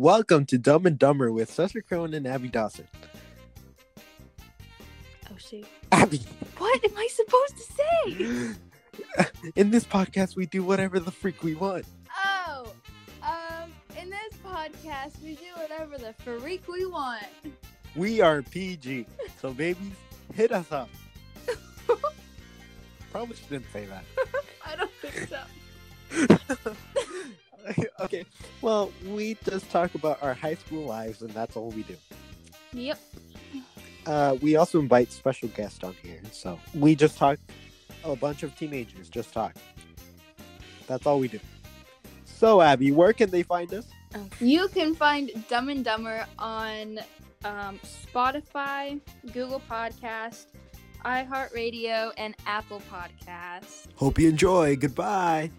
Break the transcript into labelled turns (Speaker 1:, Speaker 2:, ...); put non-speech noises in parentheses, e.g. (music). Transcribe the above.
Speaker 1: Welcome to Dumb and Dumber with Cesar Cohen and Abby Dawson.
Speaker 2: Oh shoot.
Speaker 1: Abby,
Speaker 2: What am I supposed to say?
Speaker 1: (laughs) in this podcast, we do whatever the freak we want.
Speaker 2: Oh, um, in this podcast, we do whatever the freak we want.
Speaker 1: We are PG, so babies, hit us (laughs) up. Probably shouldn't say that.
Speaker 2: I don't think so.
Speaker 1: (laughs) okay, well, we just talk about our high school lives, and that's all we do.
Speaker 2: Yep.
Speaker 1: Uh, we also invite special guests on here, so we just talk. A bunch of teenagers just talk. That's all we do. So, Abby, where can they find us?
Speaker 2: You can find Dumb and Dumber on um, Spotify, Google Podcast, iHeartRadio, and Apple Podcast.
Speaker 1: Hope you enjoy. Goodbye.